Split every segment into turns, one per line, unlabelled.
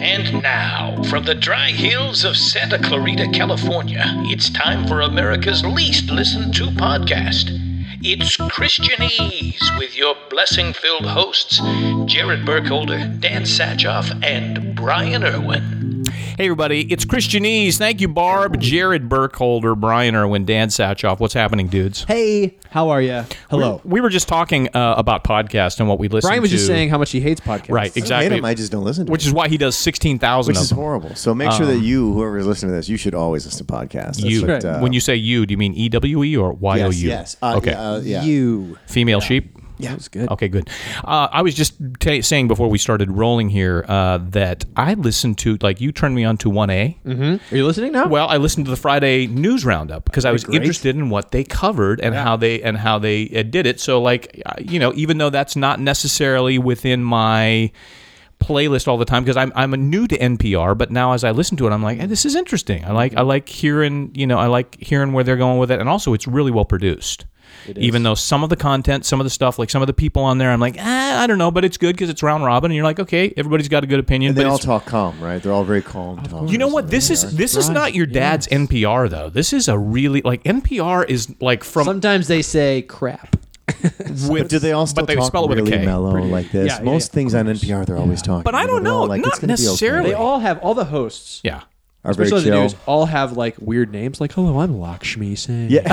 And now, from the dry hills of Santa Clarita, California, it's time for America's least listened to podcast. It's Christianese with your blessing filled hosts, Jared Burkholder, Dan Satchoff, and Brian Irwin.
Hey, everybody, it's Christianese. Thank you, Barb, Jared Burkholder, Brian Irwin, Dan Satchoff. What's happening, dudes?
Hey, how are you? Hello.
We were just talking uh, about podcasts and what we listen to.
Brian was just saying how much he hates podcasts.
Right,
I hate
exactly.
'em, I just don't listen to
Which
them.
is why he does 16,000
Which
of
is
them.
horrible. So make sure that you, whoever's listening to this, you should always listen to podcasts. That's
You.
what, uh,
when you say you, do you mean EWE or YOU?
yes, yes. Uh,
okay.
yeah, uh, yeah.
You.
Female sheep?
Yeah. That was good.
Okay, good. Uh, I was just ta saying before we started rolling here uh, that I listened to, like, you turned me on to 1A.
Are you listening now?
Well, I listened to the Friday news roundup because I was
great.
interested in what they covered and how they and how they uh, did it. So, like, uh, you know, even though that's not necessarily within my playlist all the time because I'm I'm new to NPR, but now as I listen to it, I'm like, hey, this is interesting. I like I
Mm-hmm.
like hearing you know I like hearing where they're going with it, and also it's really well produced. Even though some of the content, some of the stuff, like some of the people on there, I'm like, ah, I don't know, but it's good because it's round robin, and you're like, okay, everybody's got a good opinion.
And they
but
all
it's-
talk calm, right? They're all very calm. Talkers,
you know what?
and
This
they
is
are.
this is not your dad's NPR though. This is a really like NPR is like from
Sometimes they say crap.
with
But do they all still
but they
talk
spell it with
really
a K.
mellow like this?
Yeah, yeah,
Most
yeah,
things on NPR, they're always talking.
But I
you
don't
they're all
know,
like,
not
it's gonna be okay.
necessarily.
They all have all the hosts.
Yeah.
Are very
Especially the
chill.
news, all have like weird names like, hello, I'm Lakshmi Singh.
Yeah.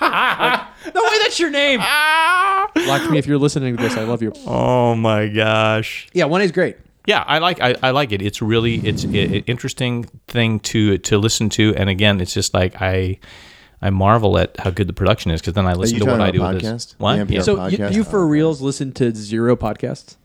No way, that's your name. Lakshmi, if you're listening to this, I love you.
Oh my gosh.
Yeah, one is great.
Yeah, I like I, I like it. It's really it's an interesting thing to to listen to, and again, it's just like I I marvel at how good the production is because then I listen
you
to what
talking
I do
about
with this.
podcast?
What?
The NPR
Yeah.
So-
So you,
podcast?
you for
Oh,
reals listen to zero podcasts?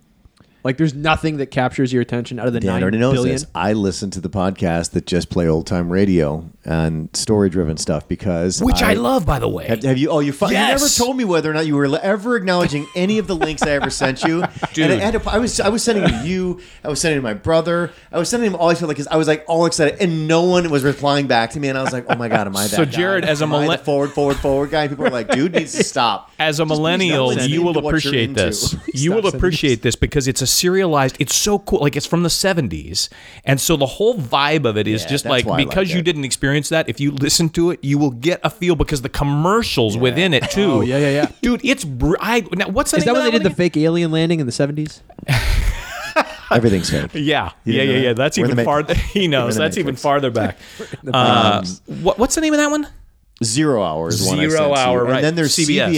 Like there's nothing that captures your attention out of the
Dan
nine
already knows
billion.
this. I listen to the podcasts that just play old time radio and story driven stuff because
which I, love, by the way.
Have, have you? Oh, you, fi- you
Yes.
never told me whether or not you were ever acknowledging any of the links I ever sent you.
Dude.
And I, had to, I was I was sending to you. I was sending to my brother. I was sending him all. I felt like 'cause I was like all excited, and no one was replying back to me. And I was like, oh my god, am I that?
So Jared,
guy?
as a
Am I the
millen-
forward, forward, forward guy, people are like, dude needs to stop.
as a
Just please
millennial,
don't send
you
him
will
to what you're
appreciate
into.
this. You will appreciate this because it's a serialized. It's so cool. Like it's from the '70s, and so the whole vibe of it is
Yeah,
just
that's
like
why I like
because you
that.
didn't experience that. If you listen to it, you will get a feel because the commercials within it too.
Oh, yeah, yeah, yeah.
Dude, it's br- I. Now, what's the
Is that
name
when
of
they did the
one
fake alien landing in the 70s?
Everything's fake.
again? Yeah, yeah,
didn't
yeah,
know
yeah.
that?
That's
We're in
even
the Matrix.
farther. He knows.
the
That's even
Matrix.
farther back. Uh, what, what's the name of that one?
Zero hours. one I
Zero
sent to you.
hour, right.
And then there's
CBS.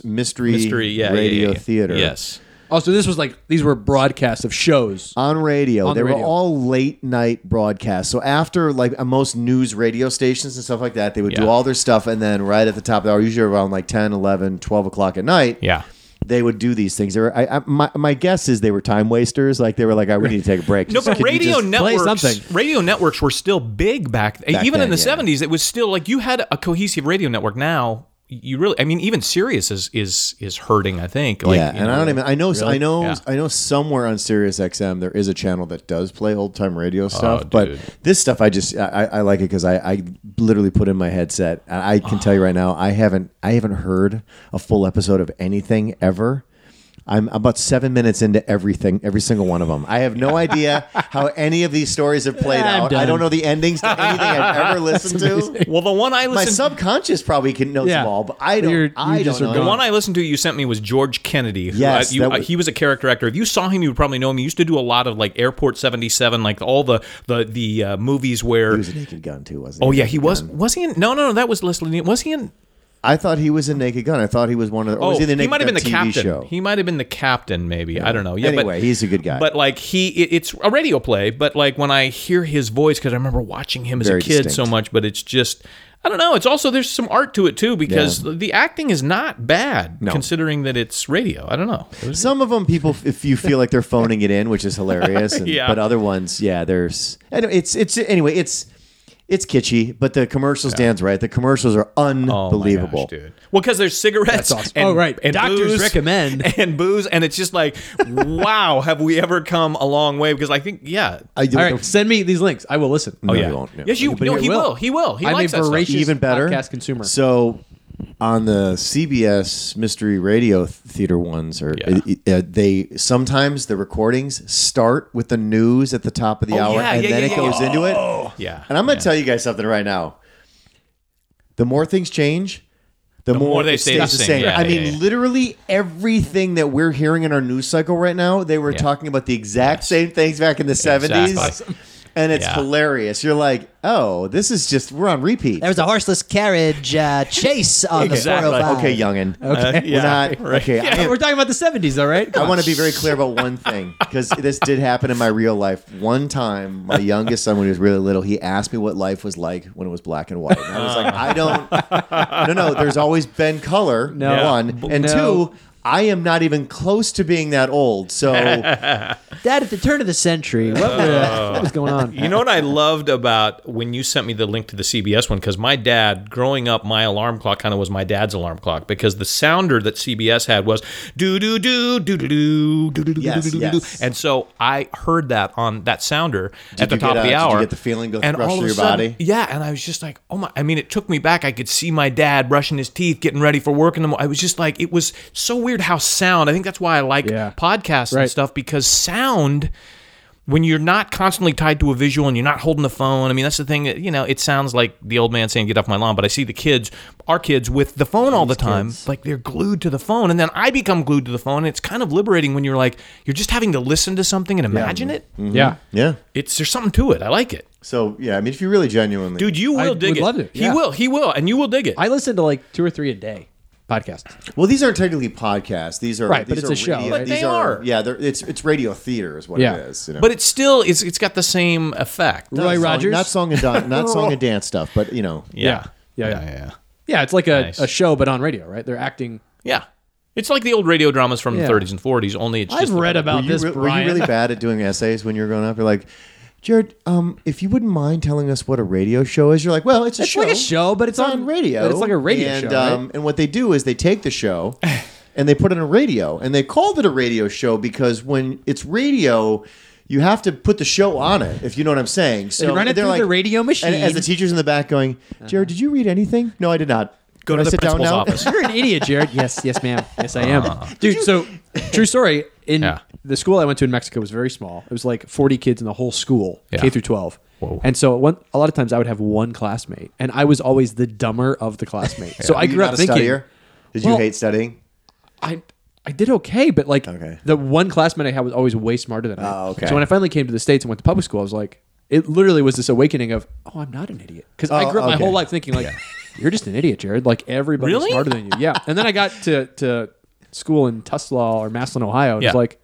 CBS, mystery,
Mystery. Yeah, yeah, yeah,
radio
yeah.
theater.
Yes.
Oh, so this was like these were broadcasts of shows.
on radio.
On the
they
radio.
were all late night broadcasts. So after like uh, most news radio stations and stuff like that, they would
Yeah.
do all their stuff and then right at the top of the hour, usually around like 10, 11, 12 o'clock at night.
Yeah.
They would do these things. They were, I, I, my, my guess is they were time wasters. Like they were like, "I we need to take a break."
No,
Just-
but
can you
radio
just-
play
networks,
something?
radio networks were still big back,
Back
even in
then,
the
yeah.
'70s. It was still like you had a cohesive radio network. Now you really, I mean, even Sirius is is is hurting. I think. Like,
yeah,
you
and I
know,
don't even. I know. I know.
Yeah.
I know. Somewhere on Sirius XM, there is a channel that does play old time
Oh,
radio stuff. but
dude.
this stuff, I just I, I like it because I, I literally put in my headset, and I can tell you right now, I haven't I haven't heard a full episode of anything ever. I'm about seven minutes into everything, every single one of them. I have no idea how any of these stories have played
I'm
out. I don't
done.
know the endings to anything I've ever listened to.
Well, the one I
My
listened,
subconscious probably can knows
Yeah.
them all, but I don't.
You're- you
I
just
don't
are
know.
the
gone.
one I listened to you sent me was George Kennedy. Who
Yes,
I, you,
that was-
I- he was a character actor. If you saw him, you would probably know him. He used to do a lot of like Airport '77, like all the the the uh, movies where.
He was a naked gun too, wasn't he?
Oh yeah, he
Naked
was.
Gun.
Was he in? No, no, no. That was Leslie. Nielsen. Was he in?
I thought he was in Naked Gun. I thought he was one of the. Or was
Oh,
he, the
he
Naked
might have been
Gun
the
TV
captain.
Show.
He might have been the captain, maybe. I don't know. Yeah,
anyway,
but,
he's a good guy.
But like he, it, it's a radio play. But like when I hear his voice, because I remember watching him as a
Very
kid so
distinct.
much. But it's just, I don't know. It's also there's some art to it too because the acting is not bad considering that it's radio. I don't know.
Some of them, people, if you feel like they're phoning it in, which is hilarious. And,
Yeah.
But other ones, yeah, there's. And it's it's anyway, it's it's kitschy, but the commercials, Dan's right. The commercials are
Oh my gosh,
unbelievable.
dude. Well, because there's cigarettes. and,
Oh, right.
And
Doctors
booze,
recommend.
and booze, and it's just like, wow, have we ever come a long way? Because I think, yeah.
I do
All right, send me these links. I will listen.
No,
Oh, yeah.
you won't. No.
Yes, you.
But
No,
he
he will.
will.
He will. He
I'm
likes
a
that stuff.
voracious
even better
podcast consumer.
So on the CBS Mystery Radio th- Theater ones, or
Yeah.
uh, uh, they sometimes the recordings start with the news at the top of the hour,
Oh, yeah,
and
yeah,
then
yeah, Oh.
it
yeah,
goes
yeah.
into it.
Yeah.
And I'm going to tell you guys something right now. The more things change, the, more,
more they
it
stay
stays
the
the
same.
same.
Yeah,
I
yeah,
mean,
yeah.
literally everything that we're hearing in our news cycle right now, they were talking about the exact same things back in the 70s.
Exactly.
And it's
Yeah.
hilarious. You're like, oh, this is just, we're on repeat.
There was a horseless carriage uh, chase on
Exactly.
the 405.
Okay, youngin.
Okay.
Uh, yeah,
We're not,
right.
okay. I,
We're talking about the 70s, all right? Come
I
on.
want to be very clear about one thing because this did happen in my real life. One time, my youngest son, when he was really little, he asked me what life was like when it was black and white. And I was like, I don't. No, no. There's always been color. No
Yeah.
one and
No.
two. I am not even close to being that old. So
Dad, at the turn of the century, what would,
What was going on?
You know what I loved about when you sent me the link to the CBS one? Because my dad, growing up, my alarm clock kind of was my dad's alarm clock because the sounder that CBS had was do do do do do do do do do
Yes,
do do do,
yes.
and so I heard that on that sounder at the
you
top
get,
of the
uh, did you
hour.
get the feeling go
and
rush
all of
through
a
your
sudden-
body?
Yeah, and I was just like, oh my! I mean, it took me back. I could see my dad brushing his teeth, getting ready for work in the morning. I was just like, it was so weird how sound. I think that's why I like
Yeah.
podcasts and
Right.
stuff because sound when you're not constantly tied to a visual and you're not holding the phone, I mean, that's the thing that, you know, it sounds like the old man saying, get off my lawn, but I see the kids, our kids, with the phone all the time. Like they're glued to the phone. And then I become glued to the phone. And it's kind of liberating when you're like, you're just having to listen to something and imagine it.
Yeah.
yeah.
It's There's something to it. I like it.
So yeah. I mean, if you really genuinely,
Dude, you will
I
dig
would
it.
love it,
He
yeah.
will. He will. And you will dig it.
I listen to like two or three a day podcasts.
Well, these aren't technically podcasts. These are
Right, but
these
it's
are
a show,
radio-
right?
But
these
they are.
Yeah. They're, it's it's radio theater is what
Yeah.
it is. You know?
but it's still, it's, it's got the same effect.
Roy
Not song-
Rogers?
not song and dan- not song and dance stuff, but you know.
Yeah.
Yeah, yeah.
yeah.
Yeah, it's like a,
Nice.
a show, but on radio, right? They're acting.
Yeah. It's like the old radio dramas from
Yeah.
the 30s and 40s, only it's just.
I've read about
Were you,
this,
re- were you
Brian.
really bad at doing essays when you were growing up? You're like, Jared, um, if you wouldn't mind telling us what a radio show is, you're like, well, it's a
It's
show.
like a show, but it's on-
radio.
but it's like a radio
and,
show, right?
Um, and what they do is they take the show and they put it on a radio, and they called it a radio show because when it's radio. You have to put the show on it, if you know what I'm saying. So
run it
they're
through
like,
the radio machine. Uh-huh.
And as the teacher's in the back going, Jared, did you read anything? No, I did not.
Go to
Can I
the
sit down
principal's
now?"
office.
You're an idiot, Jared. Yes, yes, ma'am. Yes, I am. Dude, so true story. In
Uh-huh. Yeah.
the school I went to in Mexico was very small. It was like 40 kids in the whole school,
Yeah.
K through 12. And so one, a lot of times I would have one classmate, and I was always the dumber of the classmate. So I
Were you
grew up
not a
thinking
studier? Did you
Well-
hate studying?
I I did okay, but like
Okay.
the one classmate I had was always way smarter than I.
Oh, okay.
So when I finally came to the states and went to public school, I was like, it literally was this awakening of, oh, I'm not an idiot because I
Oh,
grew up
okay.
my whole life thinking like, you're just an idiot, Jared. Like everybody's
Really?
smarter than you. Yeah. And then I got to to school in Tuslaw or Maslin, Ohio, and
Yeah.
it's like,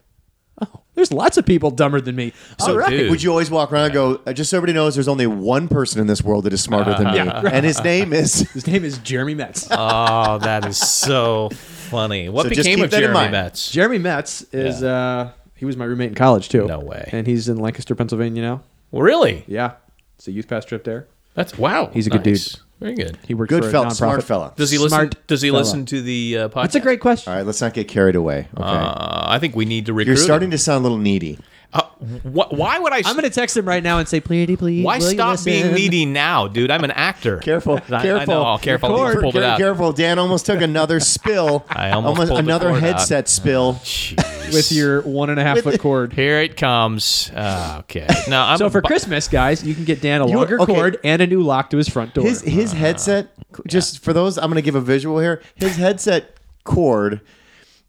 oh, there's lots of people dumber than me. So
So
dude.
would you always walk around and go, uh, just so everybody knows, there's only one person in this world that is smarter than me,
Uh-huh.
and his name is.
his name is Jeremy Metz.
Oh, that is so funny. What
So just
became
keep
of
that in
Jeremy
mind.
Metz?
Jeremy Metz is uh he was my roommate in college too.
No way.
And he's in Lancaster, Pennsylvania now.
Well, really?
Yeah. It's a youth pass trip there.
That's wow.
He's a good dude.
Very good.
He works
Good
for a
fella, smart
nonprofit.
fella.
Does he
Smart
listen? Does he
fella.
listen to the uh, podcast?
That's a great question.
All right, let's not get carried away. Okay,
Uh, I think we need to recruit.
you're starting
him.
to sound a little needy.
Uh, wh- why would I? s-
I'm going to text him right now and say, please, please.
why
will you
stop being
listen?"
needy now, dude? I'm an actor.
Careful,
I,
careful,
I know. Oh, careful. I
Record.
pulled it
Care-
out.
Careful, Dan almost took another spill.
I almost pulled the
another
cord out.
headset spill.
Jeez.
with your one and a half foot cord.
Here it comes. Uh, okay. No, I'm
So
a
for
bu-
Christmas, guys, you can get Dan a
You-
longer
okay.
cord and a new lock to his front door.
His his headset. Just for those, I'm going to give a visual here. His headset cord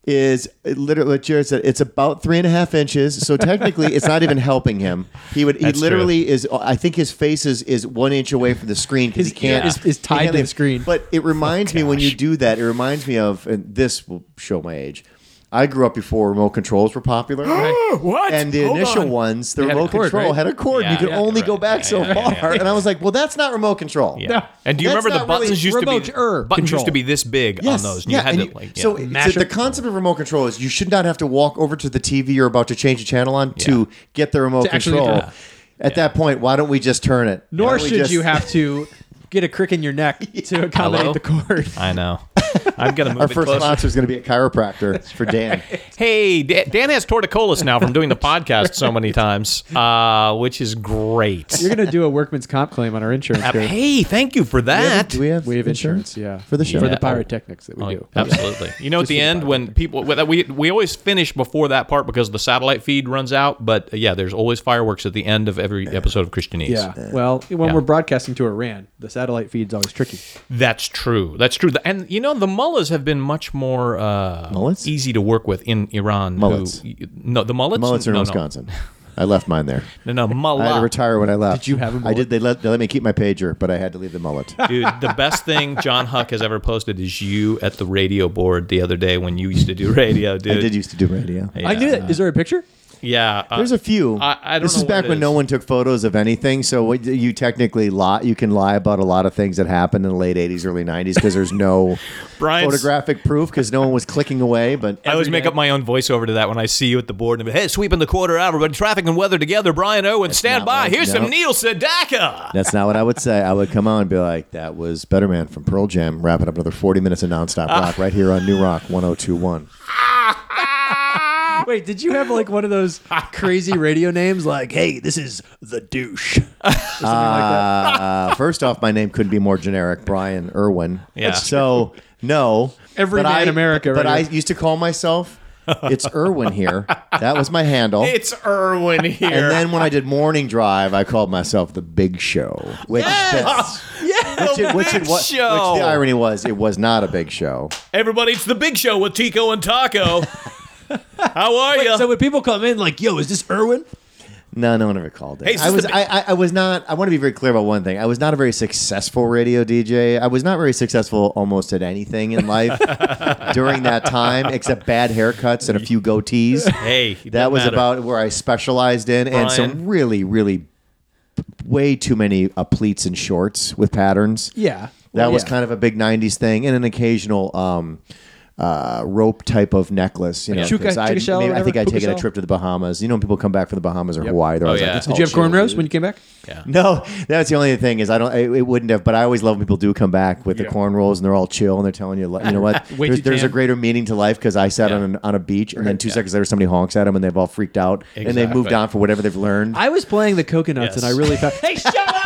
is it literally what Jared said. It's about three and a half inches. So technically, it's not even helping him. He would. He
That's
literally is. I think his face is is one inch away from the screen because he
His
can't.
ear is- is
he can't
tied to the
leave.
screen.
But it reminds me when you do that. It reminds me of, and this will show my age. I grew up before remote controls were popular.
what?
And the
Hold
initial
on.
ones, the
had a
remote
cord,
control
right?
had a cord. and
Yeah,
you could
yeah,
only go
right.
back so
Yeah,
far.
yeah, yeah.
And I was like, well, that's not remote control.
Yeah. And do you
That's
remember the
not really
buttons used to be?
remote-er
Buttons used to
control.
be this big
Yes.
on those. And you had
and
to
you-
like.
so
yeah.
it's-
Mash
the
it.
concept of remote control is you should not have to walk over to the TV you're about to change the channel on to get the remote
actually
control.
do it.
At that point, why don't we just turn it? Why
Nor
don't we
should
just-
you have to get a crick in your neck to accommodate
Hello?
the cord.
I know. I'm gonna move
Our
it
first
closer.
sponsor is going to be a chiropractor for Dan.
Hey, Da- Dan has torticollis now from doing the podcast so many times, uh, which is great.
You're gonna do a workman's comp claim on our insurance.
Uh,
here.
hey, thank you for that.
Do we have,
We have insurance, yeah,
For the show.
for the
Yeah.
pyrotechnics that we
Oh,
do.
Absolutely. You know, at the end when people well, that we we always finish before that part because the satellite feed runs out. But uh, yeah, there's always fireworks at the end of every episode of Christianese.
Yeah. Well, when
Yeah.
we're broadcasting to Iran, the satellite feed's always tricky.
that's true. That's true. And you know, the mullahs have been much more uh,
Mullahs?
easy to work with in Iran. who-
Mullets.
no, the mullets.
Mullets are in
no, no.
Wisconsin. I left mine there.
No, no, mullah.
I had to retire when I left.
Did you have a
I
mullet?
did. They let, they let me keep my pager, but I had to leave the mullet.
Dude, the best thing John Huck has ever posted is you at the radio board the other day when you used to do radio,
I
dude.
did used to do radio.
Yeah.
I knew that. Is there a picture?
Yeah. uh,
There's a few.
I- I don't
this
know
is
what
back
it
when no
is.
one took photos of anything, so what you- you technically lie. You can lie about a lot of things that happened in the late '80s, early '90s because there's no
Brian's-
photographic proof because no one was clicking away. But
I always make up my own voiceover to that when I see you at the board and be, hey, sweeping the quarter hour, but traffic and weather together. Brian Owen, stand
not
by.
what-
Here's some
no.
Neil Sedaka.
that's not what I would say. I would come on and be like, "That was Better Man from Pearl Jam, wrapping up another 40 minutes of nonstop
Ah.
rock right here on New Rock 102.1."
Wait, did you have like one of those crazy radio names like, hey, this is the douche? Or something like that.
Uh, first off, my name couldn't be more generic, Brian Irwin.
Yeah.
So no,
Every
But
man
I-
in America,
But
right?
I used to call myself. It's Irwin here. That was my handle.
It's Irwin here.
And then when I did morning drive, I called myself the Big Show, which
Yes!
that's- which, it, which,
Big
it, was,
Show!
which the irony was, it was not a big show.
Everybody, it's the big show with Tico and Taco. How are you?
So when people come in, like, yo, is this Irwin?
No, no one ever called it.
Hey, is
I
this
was,
the
I, I, I was not. I want to be very clear about one thing. I was not a very successful radio DJ. I was not very successful almost at anything in life during that time, except bad haircuts and a few goatees.
hey,
that was about where I specialized in, and
Brian.
some really, really, way too many uh, pleats and shorts with patterns.
Yeah.
That was
yeah.
kind of a big '90s thing, and an occasional um, uh, rope type of necklace. You know,
Chuka-
'cause I,
chuka shell or
maybe- I think
whatever?
I'd taken
Puka
a
shell?
trip to the Bahamas. You know, when people come back from the Bahamas or Hawaii, they're always
yeah.
like, "That's
Did you have
all shit."
cornrows when you came back?
No, that's the only thing is I don't. It, it wouldn't have, but I always love when people do come back with the corn rolls and they're all chill and they're telling you, like, you know what?
Way
there's,
too
there's a
tan.
greater meaning to life because I sat
Yeah.
on an, on a beach and then two seconds later somebody honks at them and they've all freaked out and they moved
Exactly.
on for whatever they've learned.
I was playing the coconuts
Yes.
and I really thought, hey,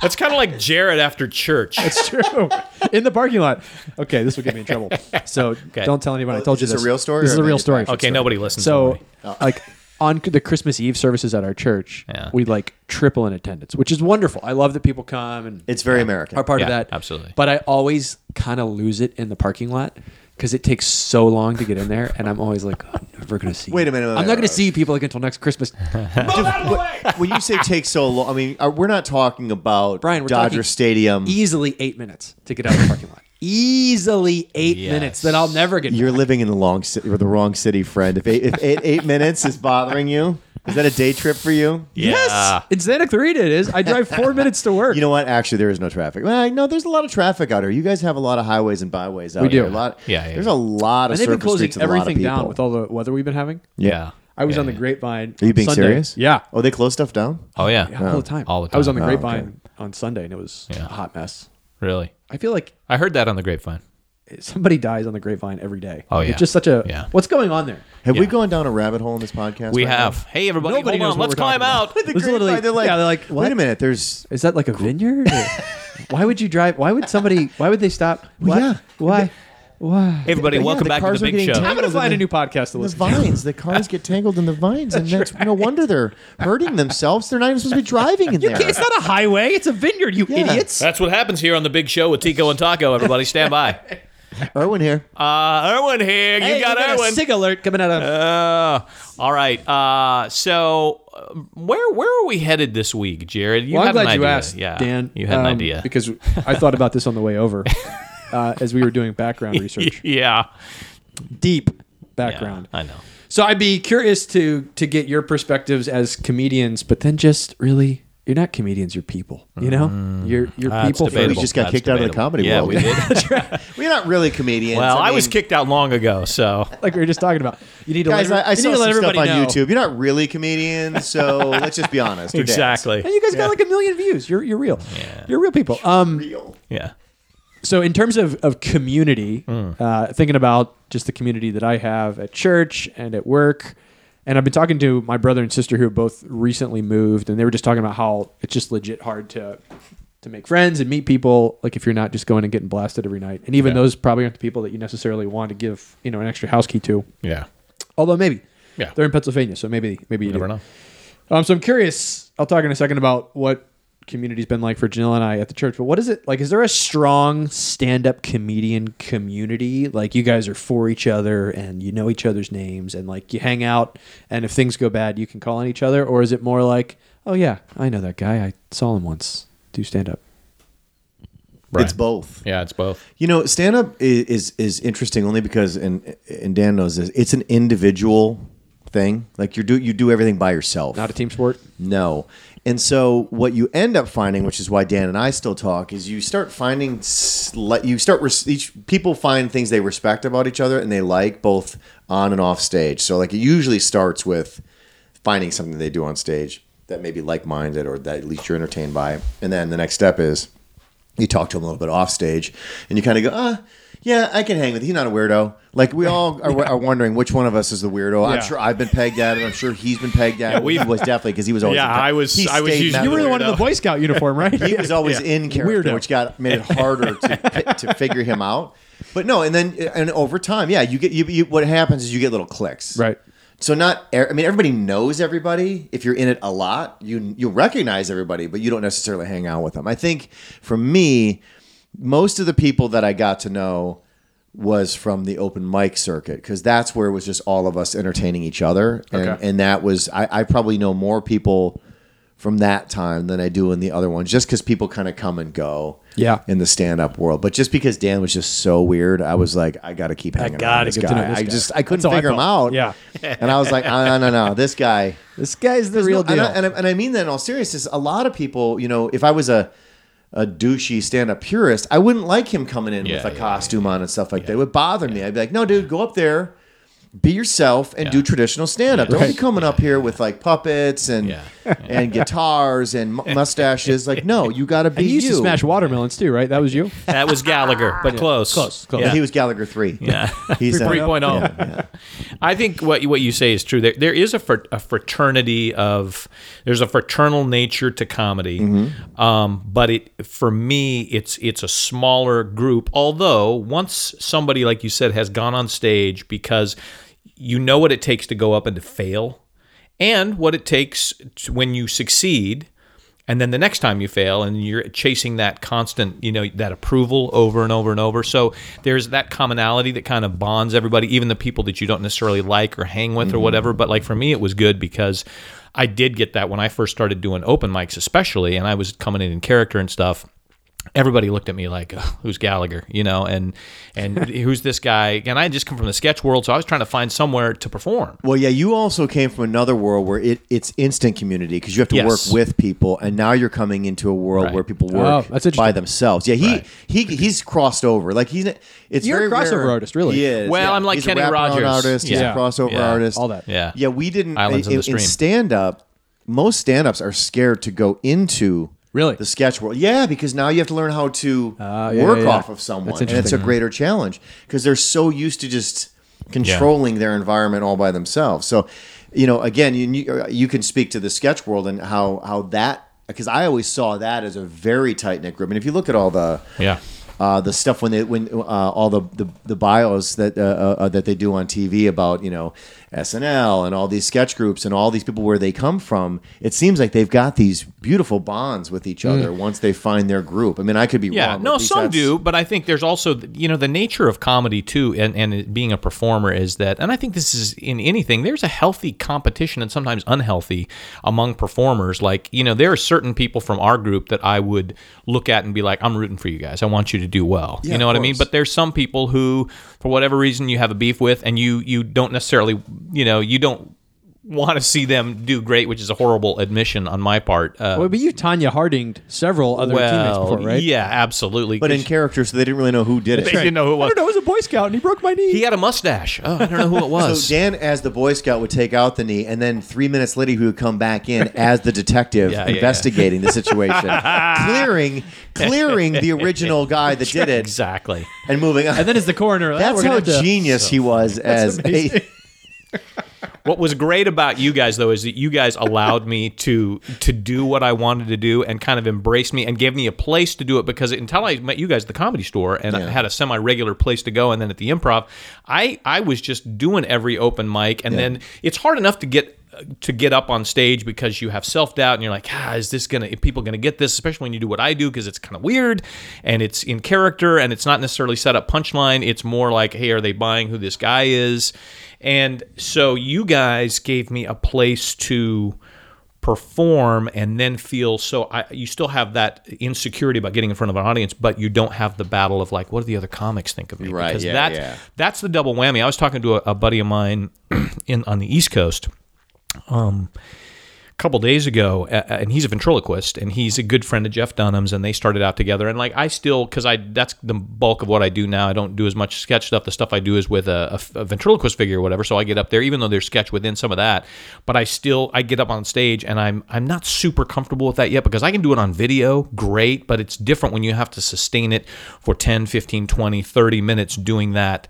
That's kind of like Jared after church.
it's true. In the parking lot. Okay, this will get me in trouble. So don't tell anyone I told you
is this a Oh.
this.
real story
This
or
is a
am I
real
just
story.
acting?
okay, nobody listens.
So,
to me.
like on c- the Christmas Eve services at our church,
Yeah.
we like triple in attendance, which is wonderful. I love that people come and
It's very American.
are part of
Yeah,
that.
absolutely.
But I always kind of lose it in the parking lot because it takes so long to get in there, and I'm always like, "Oh, I'm never gonna see.
Wait a minute, wait a
I'm
minute,
not gonna
wait a
see you people like until next Christmas.
when you say take so long, I mean uh, we're not talking about
Brian, we're
Dodger
talking
Stadium.
Easily eight minutes to get out of the parking lot. Easily eight
Yes.
minutes that I'll never get.
You're
back.
living in the long city or the wrong city, friend. If eight, if eight, eight minutes is bothering you, is that a day trip for you?
Yeah.
yes in Santa Clarita it is. I drive four minutes to work.
You know what? Actually, there is no traffic. Well, I know there's a lot of traffic out here. You guys have a lot of highways and byways out
We do.
here. A lot.
Yeah, yeah,
there's
yeah.
a lot of.
and they've been
surface
closing
streets and a lot of
everything down
people.
with all the weather we've been having.
yeah.
I was
Yeah,
on the
yeah.
grapevine.
Are you being
Sunday.
serious?
Yeah.
Oh, they close stuff down.
Oh yeah.
Yeah, all the time.
All the
I was on
time.
the
Oh, okay.
grapevine on Sunday, and it was
Yeah.
a hot mess.
Really?
I feel like
I heard that on the grapevine.
somebody dies on the grapevine every day.
Oh, yeah.
it's just such a.
Yeah.
What's going on there?
Have we
Yeah.
gone down a rabbit hole in this podcast?
We
right
have. Hey everybody,
Nobody
hold
knows
on.
what
Let's
we're talking
climb out.
about.
now? The
This is literally-
grapevine, they're like,
yeah, they're like, what?
wait a minute. There's.
Is that like a vineyard? Or- why would you drive? Why would somebody? Why would they stop? Why?
yeah.
Why? Why?
Hey everybody,
Yeah,
welcome
the
back to
cars
the
are
big show.
getting
I'm
tangled.
gonna find a new podcast to
The
listen to.
vines, the cars get tangled in the vines, and that's no wonder they're hurting themselves. They're not even supposed to be driving in there.
It's not a highway. It's a vineyard. You
Yeah.
idiots.
That's what happens here on the big show with Tico and Taco. Everybody, stand by.
Erwin here.
Uh, Erwin here. You
Hey,
got
we a
Erwin.
Sig alert coming out of.
Uh, all right. Uh, so uh, where where are we headed this week, Jared? You
well, I'm
had an
glad you
idea.
asked,
yeah,
Dan.
You had an
um,
idea.
because I thought about this on the way over, uh, as we were doing background research.
yeah,
Deep
yeah,
background.
I know.
So I'd be curious to to get your perspectives as comedians, but then just really You're not comedians. You're people. You know, you're
Mm-hmm.
you're
That's
people.
debatable.
We just got
That's
kicked out of the
debatable.
comedy
Yeah,
world.
we did.
We're not really comedians.
Well, I, was
mean,
kicked out long ago, so
like we were just talking about. You need to
Guys,
let,
I, I
you need
saw
to let
some stuff
everybody
on
know.
YouTube. You're not really comedians, so let's just be honest. We're dads.
exactly.
And you guys got like a million views. You're you're real. You're real people. Um.
Yeah.
So in terms of of community,
Hmm.
uh, thinking about just the community that I have at church and at work, and I've been talking to my brother and sister who have both recently moved, and they were just talking about how it's just legit hard to to make friends and meet people like if you're not just going and getting blasted every night and even those probably aren't the people that you necessarily want to give you know an extra house key to
Yeah.
although maybe
Yeah.
they're in pennsylvania so maybe maybe you
Never
do.
know.
Um, so I'm curious. I'll talk in a second about what community's been like for Janelle and I at the church. But what is it like? Is there a strong stand-up comedian community? Like you guys are for each other and you know each other's names and like you hang out and if things go bad, you can call on each other. Or is it more like, oh yeah, I know that guy. I saw him once do stand-up.
It's both.
Yeah, it's both.
You know, stand up is, is is interesting only because and and Dan knows this. It's an individual thing. Like you do you do everything by yourself.
Not a team sport.
No. And so what you end up finding, which is why Dan and I still talk, is you start finding sli- you start res- each people find things they respect about each other and they like both on and off stage. So like it usually starts with finding something they do on stage that may be like-minded or that at least you're entertained by. And then the next step is you talk to him a little bit off stage and you kind of go, ah, yeah, I can hang with. He's not a weirdo. Like we all are, are wondering which one of us is the weirdo. I'm sure I've been pegged at it. I'm sure he's been pegged at. it.
we-
he was definitely because he was always.
Yeah,
in ca-
I was-
he
I was
stayed in
usually-
that
You were the
weird-
one in the
Boy Scout uniform, right?
He was always in character,
Weirdo.
which got made it harder to to figure him out. But no, and then and over time, yeah, you get you, you what happens is you get little clicks,
Right.
So not, e- I mean, everybody knows everybody. If you're in it a lot, you you recognize everybody, but you don't necessarily hang out with them. I think for me, most of the people that I got to know was from the open mic circuit because that's where it was just all of us entertaining each other, and,
Okay.
and that was I, I probably know more people from that time than I do in the other ones, just because people kind of come and go.
Yeah.
In the stand up world. But just because Dan was just so weird, I was like, I gotta keep hanging out
gotta
with this
get to know
guy.
this
I
guy.
just I couldn't
That's how I
figure him
felt.
out.
Yeah.
And I was like, no, no, no, no, this guy
This guy's the real
no,
deal.
And I, and, I, and I mean that in all seriousness. A lot of people, you know, if I was a a douchey stand up purist, I wouldn't like him coming in
Yeah,
with a
yeah,
costume on and stuff like that. It would bother me. I'd be like, no, dude, go up there, be yourself, and do traditional stand up. Don't be coming up here with like puppets and
Yeah,
and guitars and mu- mustaches. Like, no, you got to be
And you used
you.
to smash watermelons too, right? That was you.
That was Gallagher, but close.
Close, close.
But
Yeah.
He was Gallagher three.
yeah.
He's uh,
3.0. oh. I think what you- what you say is true. There there is a, fr- a fraternity of there's a fraternal nature to comedy, um, but it for me it's it's a smaller group. Although once somebody like you said has gone on stage because you know what it takes to go up and to fail, and what it takes to, when you succeed. And then the next time you fail, and you're chasing that constant, you know, that approval over and over and over. So there's that commonality that kind of bonds everybody, even the people that you don't necessarily like or hang with or whatever. But like for me, it was good because I did get that when I first started doing open mics, especially, and I was coming in in character and stuff everybody looked at me like "Ugh, who's gallagher you know and and who's this guy and i had just come from the sketch world so i was trying to find somewhere to perform
Well, yeah, you also came from another world where it, it's instant community because you have to
Yes.
work with people, and now you're coming into a world
Right.
where people
Oh,
work
that's interesting.
by themselves. Yeah, he, he he's crossed over. Like he's it's
You're a
very
crossover
rare.
artist, really.
He is.
Well,
yeah.
I'm like
he's
Kenny
a rap
Rogers.
artist. He's
Yeah.
a crossover
Yeah.
artist.
All that.
Yeah.
Yeah, we didn't.
Islands of
in,
the Stream.
in stand up, most stand ups are scared to go into
Really?
the sketch world. Yeah, because now you have to learn how to
Ah, yeah,
work
yeah, yeah.
off of someone,
That's
and it's a
interesting.
greater challenge because they're so used to just controlling their environment all by themselves. So, you know, again, you- you you can speak to the sketch world and how how that because I always saw that as a very tight knit group. And if you look at all the
yeah
uh, the stuff when they when uh, all the, the the bios that uh, uh, that they do on TV about you know SNL and all these sketch groups and all these people where they come from, it seems like they've got these beautiful bonds with each other once they find their group. I mean, I could be
Mm. yeah
wrong. but
no
at least
some
that's-
do but i think there's also you know the nature of comedy too and and it being a performer is that and i think this is in anything there's a healthy competition and sometimes unhealthy among performers like you know there are certain people from our group that i would look at and be like i'm rooting for you guys i want you to do well you know
of
what i mean
course.
but there's some people who for whatever reason you have a beef with and you you don't necessarily you know you don't want to see them do great, which is a horrible admission on my part. Uh,
Well, but you Tanya Hardinged several other teammates
well,
before, right?
yeah, absolutely.
But in character, so they didn't really know who did
they
it.
didn't know who it
I
was.
don't know. I was a Boy Scout and he broke my knee.
He had a mustache. Oh, I don't know who it was.
So Dan, as the Boy Scout, would take out the knee, and then three minutes later, he would come back in as the detective
Yeah, yeah,
investigating the situation, clearing clearing the original guy that did it,
exactly.
and moving on.
and then as the coroner, "Ah,
That's
we're gonna have
how
to-
genius he was as
amazing.
a.
What was great about you guys though is that you guys allowed me to to do what I wanted to do and kind of embraced me and gave me a place to do it because until I met you guys at the comedy store and I had a semi regular place to go and then at the improv, I I was just doing every open mic and then it's hard enough to get to get up on stage because you have self doubt and you're like, ah, is this gonna? Are people gonna get this? Especially when you do what I do because it's kind of weird and it's in character and it's not necessarily set up punchline. It's more like, hey, are they buying who this guy is? And so you guys gave me a place to perform and then feel so I, you still have that insecurity about getting in front of an audience but you don't have the battle of like what do the other comics think of me
Right,
because
yeah,
that's
yeah.
that's the double whammy i was talking to a, a buddy of mine in on the east coast couple days ago, uh, and he's a ventriloquist, and he's a good friend of Jeff Dunham's, and they started out together. And like I still, because I that's the bulk of what I do now. I don't do as much sketch stuff. The stuff I do is with a, a- a ventriloquist figure or whatever. So I get up there, even though there's sketch within some of that. But I still I get up on stage, and I'm I'm not super comfortable with that yet because I can do it on video, great, but it's different when you have to sustain it for 10, 15, 20, 30 minutes doing that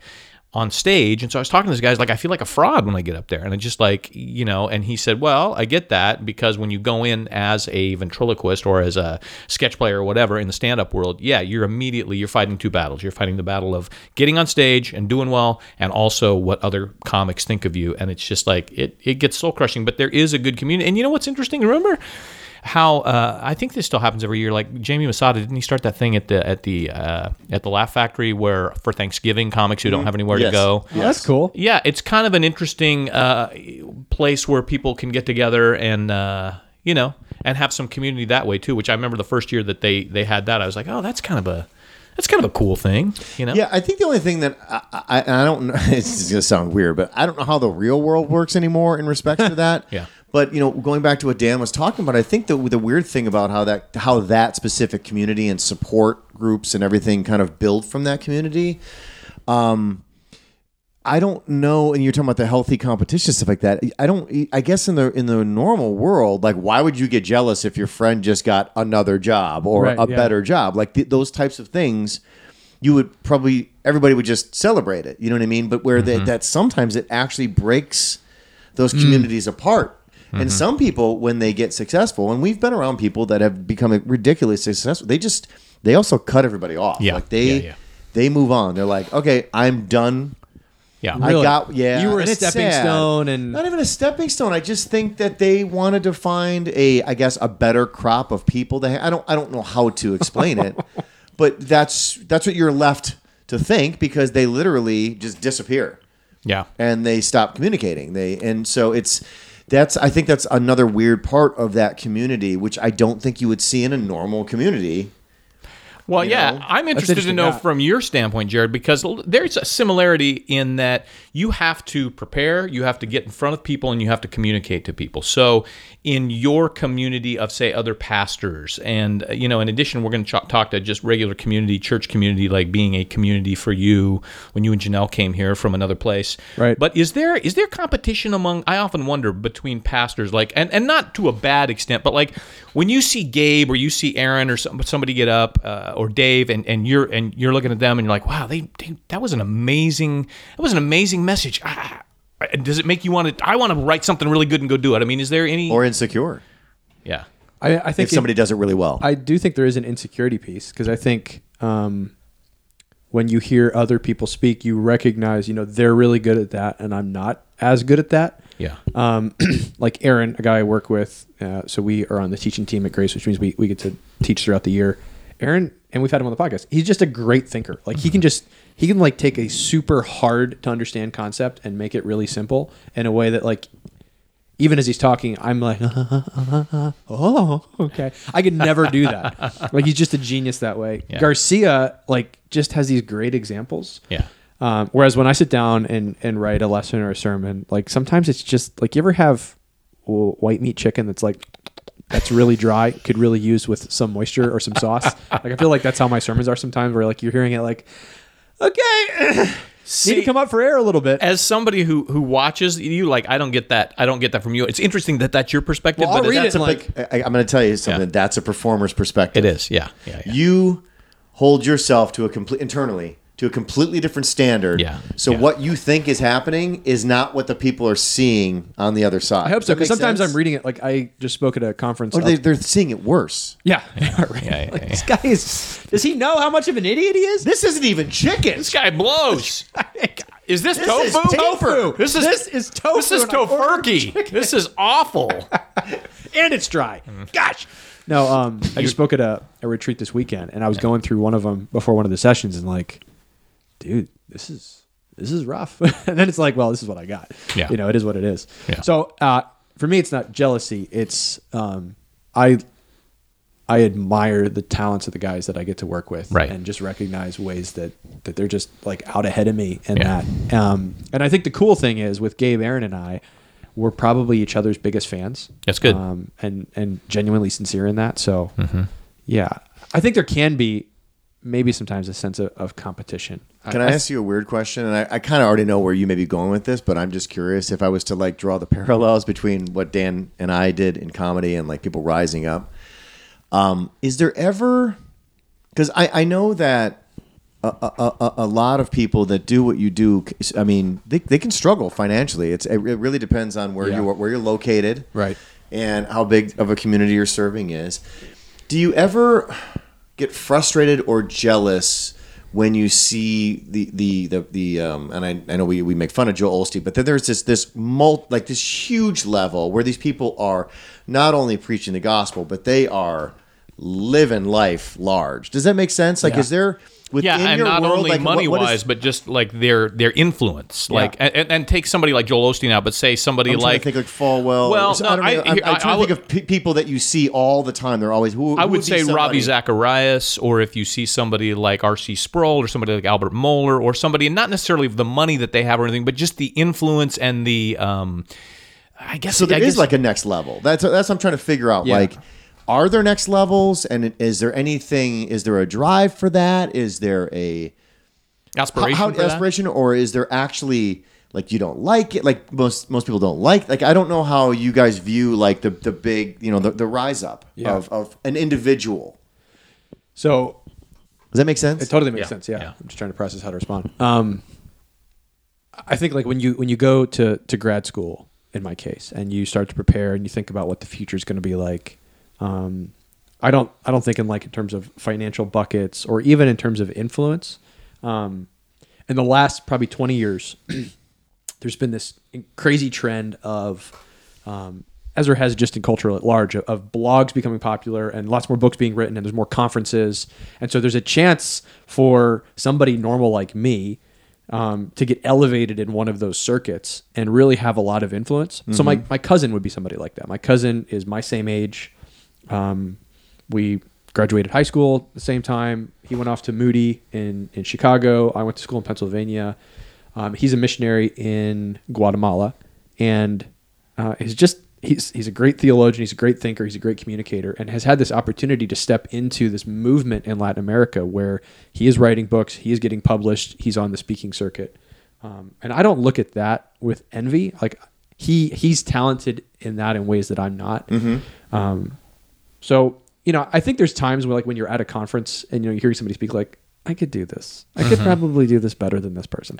on stage. And so I was talking to this guy, he's like, I feel like a fraud when I get up there. And I just like, you know, and he said, Well, I get that because when you go in as a ventriloquist or as a sketch player or whatever in the stand up world, yeah, you're immediately you're fighting two battles. You're fighting the battle of getting on stage and doing well and also what other comics think of you. And it's just like it it gets soul crushing. But there is a good community. And you know what's interesting? Remember how uh, I think this still happens every year. Like Jamie Masada, didn't he start that thing at the at the uh, at the Laugh Factory where for Thanksgiving comics who don't have anywhere to
Mm-hmm. Yes.
go?
Oh, That's cool.
Yeah, it's kind of an interesting uh, place where people can get together and uh, you know and have some community that way too. Which I remember the first year that they they had that, I was like, oh, that's kind of a that's kind of a cool thing, you know?
Yeah, I think the only thing that I, I, I don't know, it's going to sound weird, but I don't know how the real world works anymore in respect to that.
Yeah.
But you know, going back to what Dan was talking about, I think the the weird thing about how that how that specific community and support groups and everything kind of build from that community. I don't know, and you're talking about the healthy competition stuff like that. I don't. I guess in the in the normal world, like why would you get jealous if your friend just got another job or
Right,
a
yeah.
better job? Like th- those types of things, you would probably everybody would just celebrate it. You know what I mean? But where
Mm-hmm.
they, that sometimes it actually breaks those
Mm.
communities apart.
Mm-hmm.
And some people, when they get successful, and we've been around people that have become ridiculously successful, they just they also cut everybody off.
Yeah,
Like they
yeah, yeah.
they move on. They're like, okay, I'm done
yeah.
Really?
I got yeah.
You were a
and it's
stepping
sad.
stone and-
not even a stepping stone. I just think that they wanted to find a, I guess, a better crop of people. That I don't, I don't know how to explain it, but that's that's what you're left to think because they literally just disappear
yeah.
and they stop communicating. They and so it's that's I think that's another weird part of that community, which I don't think you would see in a normal community.
Well, yeah,
know?
I'm interested to
interesting,
know
yeah.
from your standpoint, Jared, because l- there's a similarity in that you have to prepare, you have to get in front of people, and you have to communicate to people. So, in your community of, say, other pastors, and uh, you know, in addition, we're going to ch- talk to just regular community, church community, like being a community for you when you and Janelle came here from another place,
Right.
But is there is there competition among i often wonder between pastors like and, and not to a bad extent but like when you see gabe or you see aaron or some, somebody get up uh, or dave and, and you're and you're looking at them and you're like wow they, they that was an amazing that was an amazing message ah, ah." does it make you want to i want to write something really good and go do it i mean is there any
Or insecure
yeah
I, I think
if somebody does it really well.
I do think there is an insecurity piece because I think um, when you hear other people speak, you recognize, you know, they're really good at that, and I'm not as good at that.
yeah
Um, like Aaron, a guy I work with, uh, so we are on the teaching team at Grace, which means we, we get to teach throughout the year. Aaron, and we've had him on the podcast. He's just a great thinker. Like he can just he can like take a super hard to understand concept and make it really simple in a way that like even as he's talking, I'm like, oh, okay. I could never do that. like he's just a genius that way. Garcia like just has these great examples.
Yeah.
Um, whereas when I sit down and, and write a lesson or a sermon, like sometimes it's just like you ever have w- white meat chicken that's like that's really dry, could really use with some moisture or some sauce. like I feel like that's how my sermons are sometimes, where like you're hearing it like, okay, need to come up for air a little bit.
As somebody who who watches you, like I don't get that. I don't get that from you. It's interesting that that's your perspective.
Well, I'll
but
read
it's,
it.
That's a
like-
big- I, I'm going to tell you something.
Yeah.
That's a performer's perspective.
It is. Yeah. Yeah. yeah.
You hold yourself to a complete internally to a completely different standard.
Yeah.
So
Yeah.
what you think is happening is not what the people are seeing on the other side.
I hope so because sometimes I'm
reading.
reading it. Like I just spoke at a conference.
Or
up-
they, they're seeing it worse.
yeah,
yeah, yeah, yeah.
This guy is. Does he know how much of an idiot he is?
This isn't even chicken.
This guy blows. Is this,
is
tofu?
tofu.
This is
This is tofu
This is
and I ordered
tofurkey. This is awful.
and it's dry.
Mm-hmm.
Gosh. No, um, I just spoke at a, a retreat this weekend, and I was going through one of them before one of the sessions, and like, dude, this is this is rough. and then it's like, well, this is what I got.
Yeah.
you know, it is what it is.
Yeah.
So uh, for me, it's not jealousy. It's um, I I admire the talents of the guys that I get to work with,
Right.
And just recognize ways that that they're just like out ahead of me, and
Yeah.
that. Um, and I think the cool thing is with Gabe, Aaron, and I, we're probably each other's biggest fans.
That's good. Mm-hmm.
Um, and and genuinely sincere in that. So, yeah, I think there can be maybe sometimes a sense of, of competition.
Can I ask you a weird question? And I, I kind of already know where you may be going with this, but I'm just curious if I was to like draw the parallels between what Dan and I did in comedy and like people rising up. Um, is there ever? Because I, I know that a, a, a, a lot of people that do what you do, I mean, they, they can struggle financially. It's it really depends on where
Yeah.
you are, where you're located,
Right.
and how big of a community you're serving is. Do you ever get frustrated or jealous when you see the the the, the um, and I, I know we, we make fun of Joel Olstein, but then there's this this mul- like this huge level where these people are not only preaching the gospel, but they are living life large. Does that make sense? Like,
Yeah.
is there within
yeah, and
your
not
world,
only
like, what- what
money
is-
wise, but just like their their influence. Like and, and, and take somebody like Joel Osteen out, but say somebody
I'm trying
like
to think like Falwell.
Well,
So
no,
I don't
I-
know. I'm,
here,
I'm
I- I
trying to
would-
think of pe- people that you see all the time. They're always who.
I
who
would
be
say
somebody?
Robbie Zacharias, or if you see somebody like R.C. Sproul, or somebody like Albert Moeller, or somebody, and not necessarily the money that they have or anything, but just the influence and the, um, I guess.
So there
I
is
guess-
like a next level. That's that's what I'm trying to figure out. Like, are there next levels? And is there anything? Is there a drive for that? Is there a
aspiration.
how,
for
how
that?
aspiration, or is there actually like you don't like it? Like most most people don't like. Like I don't know how you guys view like the the big you know the, the rise up
Yeah.
of of an individual.
So
Does that make sense?
It totally makes
Yeah,
sense. Yeah.
yeah.
I'm just trying to process how to respond. Um, I think like when you when you go to to grad school, in my case, and you start to prepare and you think about what the future is going to be like. Um, I don't I don't think in like in terms of financial buckets or even in terms of influence. Um, in the last probably 20 years, there's been this crazy trend of um, as there has just in culture at large of, of blogs becoming popular and lots more books being written and there's more conferences and so there's a chance for somebody normal like me um, to get elevated in one of those circuits and really have a lot of influence so my, my cousin would be somebody like that my cousin is my same age um, we graduated high school at the same time. He went off to Moody in, in Chicago. I went to school in Pennsylvania. Um, he's a missionary in Guatemala, and uh, he's just he's he's a great theologian. He's a great thinker. He's a great communicator, and has had this opportunity to step into this movement in Latin America where he is writing books, he is getting published, he's on the speaking circuit. Um, and I don't look at that with envy. Like he he's talented in that in ways that I'm not. Um, so you know, I think there's times where like when you're at a conference and you know you're hearing somebody speak, like I could do this. I could probably do this better than this person,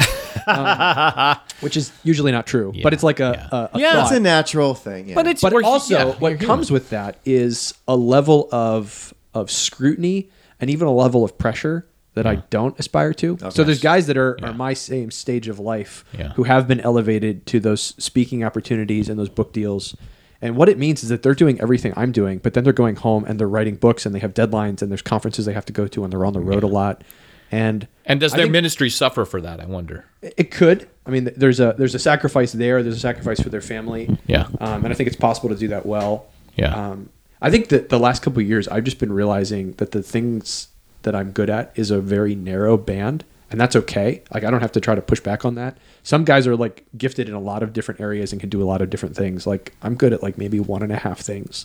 Um, which is usually not true. But it's like a yeah. A, a
Yeah,
thought.
It's a natural thing. Yeah.
but it's
But
we're-
also,
yeah,
what comes with that is a level of of scrutiny and even a level of pressure that I don't aspire to. So there's guys that are, are my same stage of life
Yeah.
who have been elevated to those speaking opportunities and those book deals. And what it means is that they're doing everything I'm doing, but then they're going home and they're writing books and they have deadlines and there's conferences they have to go to and they're on the road a lot. And
and does
I
their
think-
ministry suffer for that? I wonder.
it could. I mean, th- there's a there's a sacrifice there. There's a sacrifice for their family.
Yeah.
Um, and I think it's possible to do that well.
Yeah.
Um, I think that the last couple of years, I've just been realizing that the things that I'm good at is a very narrow band, and that's okay. Like I don't have to try to push back on that. Some guys are like gifted in a lot of different areas and can do a lot of different things. Like I'm good at like maybe one and a half things,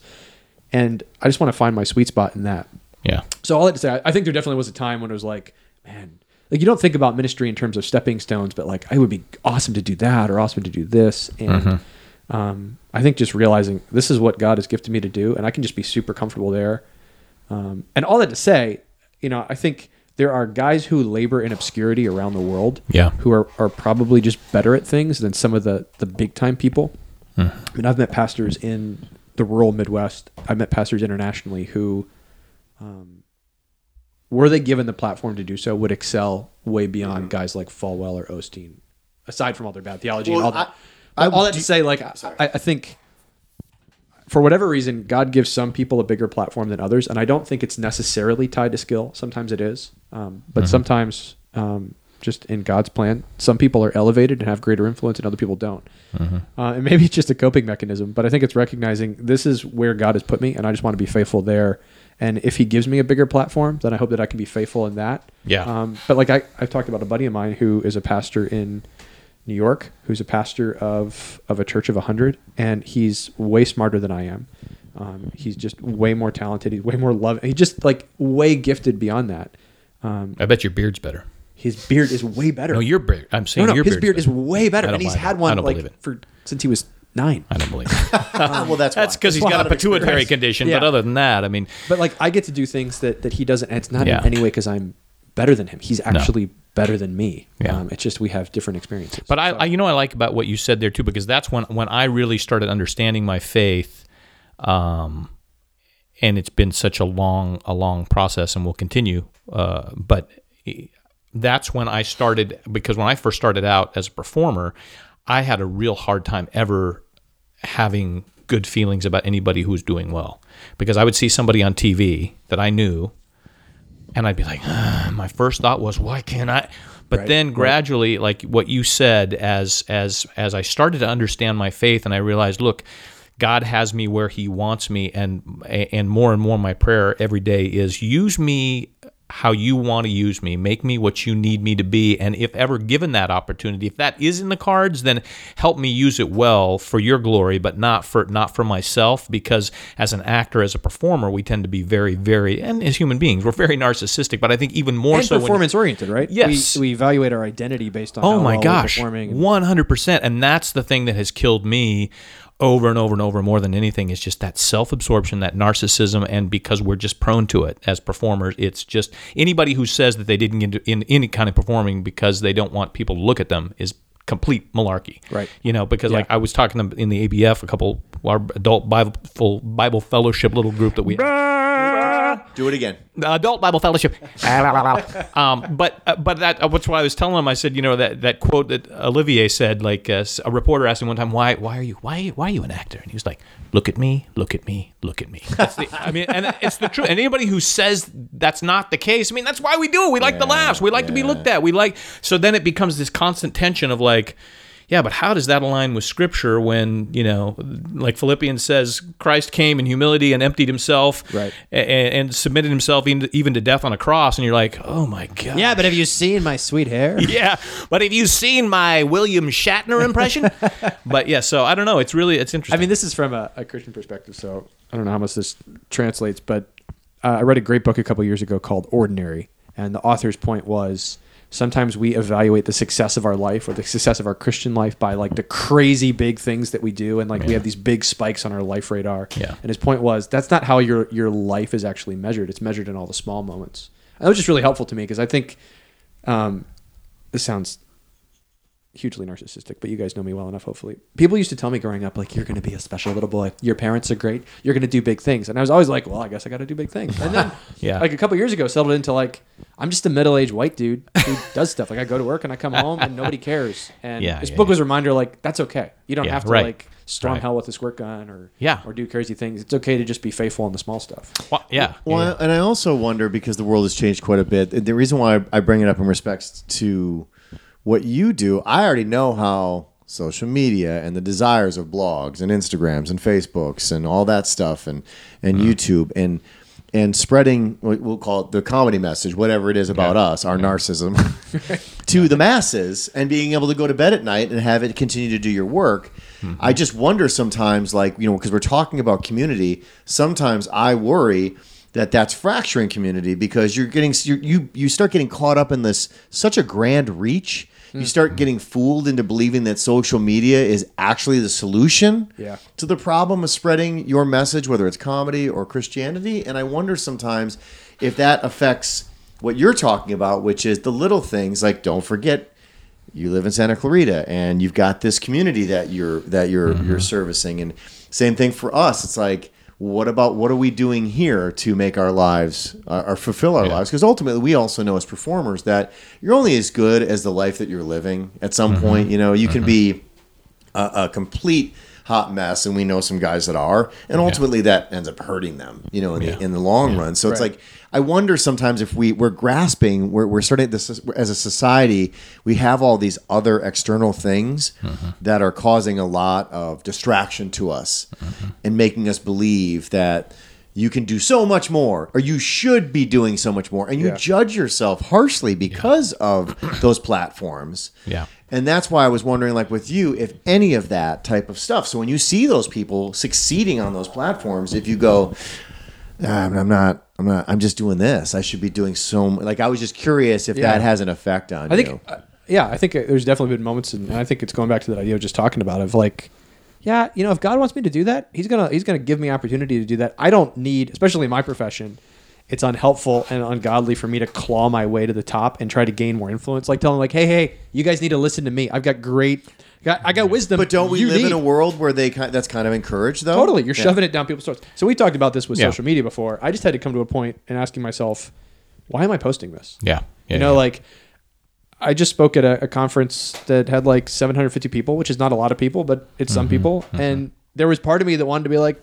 and I just want to find my sweet spot in that.
Yeah.
So all that to say, I- I think there definitely was a time when it was like, man, like you don't think about ministry in terms of stepping stones, but like I would be awesome to do that or awesome to do this, and um, I think just realizing this is what God has gifted me to do, and I can just be super comfortable there. Um, and all that to say, you know, I think there are guys who labor in obscurity around the world,
Yeah.
who are, are probably just better at things than some of the the big time people. I mean, I've met pastors in the rural Midwest. I've met pastors internationally who were they given the platform to do so, would excel way beyond guys like Falwell or Osteen, aside from all their bad theology and all that. But all that to say, like, I, I think for whatever reason, God gives some people a bigger platform than others, and I don't think it's necessarily tied to skill. Sometimes it is, um, but sometimes um, just in God's plan, some people are elevated and have greater influence, and other people don't. Uh, and maybe it's just a coping mechanism, but I think it's recognizing this is where God has put me, and I just want to be faithful there. And if He gives me a bigger platform, then I hope that I can be faithful in that.
Yeah.
Um, but like I, I've talked about a buddy of mine who is a pastor in New York, who's a pastor of of a church of hundred, and he's way smarter than I am. Um, he's just way more talented. He's way more loving. He's just like way gifted beyond that.
I bet your beard's better.
His beard is way better.
No, your beard. I'm
no,
saying
no,
your
his
beard's
beard is
better.
way better,
I don't
and he's
buy that.
had
I
one
don't
like
believe it.
for since he was nine.
I don't believe it.
Ah, well, that's
That's
why.
because he's
Well,
got
out
a
of experience.
pituitary condition. But
Yeah.
other than that, I mean,
But like I get to do things that that he doesn't. And it's not
Yeah.
in any way because I'm better than him. He's actually better than me.
Yeah.
Um, it's just we have different experiences.
But I, I, you know, what I like about what you said there too, because that's when when I really started understanding my faith, um, and it's been such a long, a long process, and will continue. Uh, but that's when I started because when I first started out as a performer, I had a real hard time ever having good feelings about anybody who was doing well, because I would see somebody on TV that I knew and I'd be like, "Ugh." my first thought was, why can't I? But then gradually, like what you said, as as as I started to understand my faith, and I realized, look, God has me where He wants me, and and more and more, my prayer every day is, use me how you want to use me, make me what you need me to be, and if ever given that opportunity, if that is in the cards, then help me use it well for your glory, but not for not for myself, because as an actor, as a performer, we tend to be very, very, and as human beings, we're very narcissistic. But I think even more
and
so, when-
performance oriented, right?
Yes.
We, we evaluate our identity based on
oh
how
my
well we're
gosh,
performing.
one hundred percent, and that's the thing that has killed me over and over and over more than anything is just that self-absorption that narcissism and because we're just prone to it as performers it's just anybody who says that they didn't get into in any kind of performing because they don't want people to look at them is complete malarkey
Right.
you know because like i was talking to in the abf a couple our adult bible full bible fellowship little group that we
Do it again.
the adult Bible fellowship. um, but uh, but that uh, what's why I was telling him. I said, you know that, that quote that Olivier said. Like uh, s- a reporter asked him one time, why why are you why why are you an actor? And he was like, look at me, look at me, look at me. That's the, I mean, and it's the truth. And anybody who says that's not the case, I mean, that's why we do. it. We like the laughs. We like to be looked at. We like so then it becomes this constant tension of like. Yeah, but how does that align with scripture when, you know, like Philippians says, Christ came in humility and emptied himself
Right.
a- and, and submitted himself even even to death on a cross, and you're like, oh my god.
Yeah, but have you seen my sweet hair?
Yeah, but have you seen my William Shatner impression? but yeah, so I don't know. It's really it's
I
interesting.
mean, this is from a, a Christian perspective, so I don't know how much this translates, but uh, I read a great book a couple years ago called Ordinary, and the author's point was sometimes we evaluate the success of our life or the success of our Christian life by like the crazy big things that we do, and like we have these big spikes on our life radar.
Yeah.
And his point was that's not how your your life is actually measured. It's measured in all the small moments. And that was just really helpful to me because I think um, this sounds hugely narcissistic, but you guys know me well enough, hopefully. People used to tell me growing up, like, you're going to be a special little boy. Your parents are great. You're going to do big things. And I was always like, well, I guess I got to do big things. And then,
Yeah.
like, a couple years ago, settled into like, I'm just a middle aged white dude who does stuff. Like, I go to work and I come home and nobody cares. And
Yeah,
this
yeah,
book
yeah.
was a reminder, like, that's okay. You don't
Yeah,
have to,
right.
like, storm
Right.
hell with a squirt gun or,
Yeah.
or do crazy things. It's okay to just be faithful in the small stuff.
Wha- yeah.
Well, and I also wonder because the world has changed quite a bit. The reason why I bring it up in respects to what you do, I already know how social media and the desires
Mm-hmm.
of blogs and Instagrams and Facebooks and all that stuff and and YouTube and and spreading what we'll call it the comedy message, whatever it is about us, our narcissism, to the masses, and being able to go to bed at night and have it continue to do your work. I just wonder sometimes, like you know, because we're talking about community. Sometimes I worry that that's fracturing community because you're getting you you you start getting caught up in this such a grand reach. You start getting fooled into believing that social media is actually the solution
Yeah.
to the problem of spreading your message, whether it's comedy or Christianity. And I wonder sometimes if that affects what you're talking about, which is the little things like don't forget you live in Santa Clarita and you've got this community that you're that you're you're servicing. And same thing for us. It's like what about what are we doing here to make our lives uh, or fulfill our lives? Because ultimately, we also know as performers that you're only as good as the life that you're living. At some point, you know, you can be a, a complete hot mess, and we know some guys that are, and ultimately that ends up hurting them, you know, in, the, in the long run. So it's like I wonder sometimes if we we're grasping, we're, we're starting this as a society, we have all these other external things that are causing a lot of distraction to us and making us believe that. You can do so much more, or you should be doing so much more, and you judge yourself harshly because of those platforms.
Yeah.
And that's why I was wondering, like with you, if any of that type of stuff. So when you see those people succeeding on those platforms, if you go, "Ah, I'm not, I'm not, I'm just doing this. I should be doing so. m-" Like I was just curious if
Yeah.
that has an effect on
I
you.
think, uh, yeah, I think uh, there's definitely been moments, and I think it's going back to that idea of just talking about of like, yeah, you know, if God wants me to do that, He's gonna He's gonna give me opportunity to do that. I don't need, especially in my profession, it's unhelpful and ungodly for me to claw my way to the top and try to gain more influence. Like telling like, hey, hey, you guys need to listen to me. I've got great, got, I got wisdom.
But don't we
you
live in
need."
a world where they ki- that's kind of encouraged though?
Totally. You're
Yeah.
shoving it down people's throats. So we talked about this with
Yeah.
social media before. I just had to come to a point and asking myself, why am I posting this?
Yeah. Yeah,
you know,
yeah.
like I just spoke at a, a conference that had like 750 people, which is not a lot of people, but it's some
Mm-hmm,
people. And there was part of me that wanted to be like,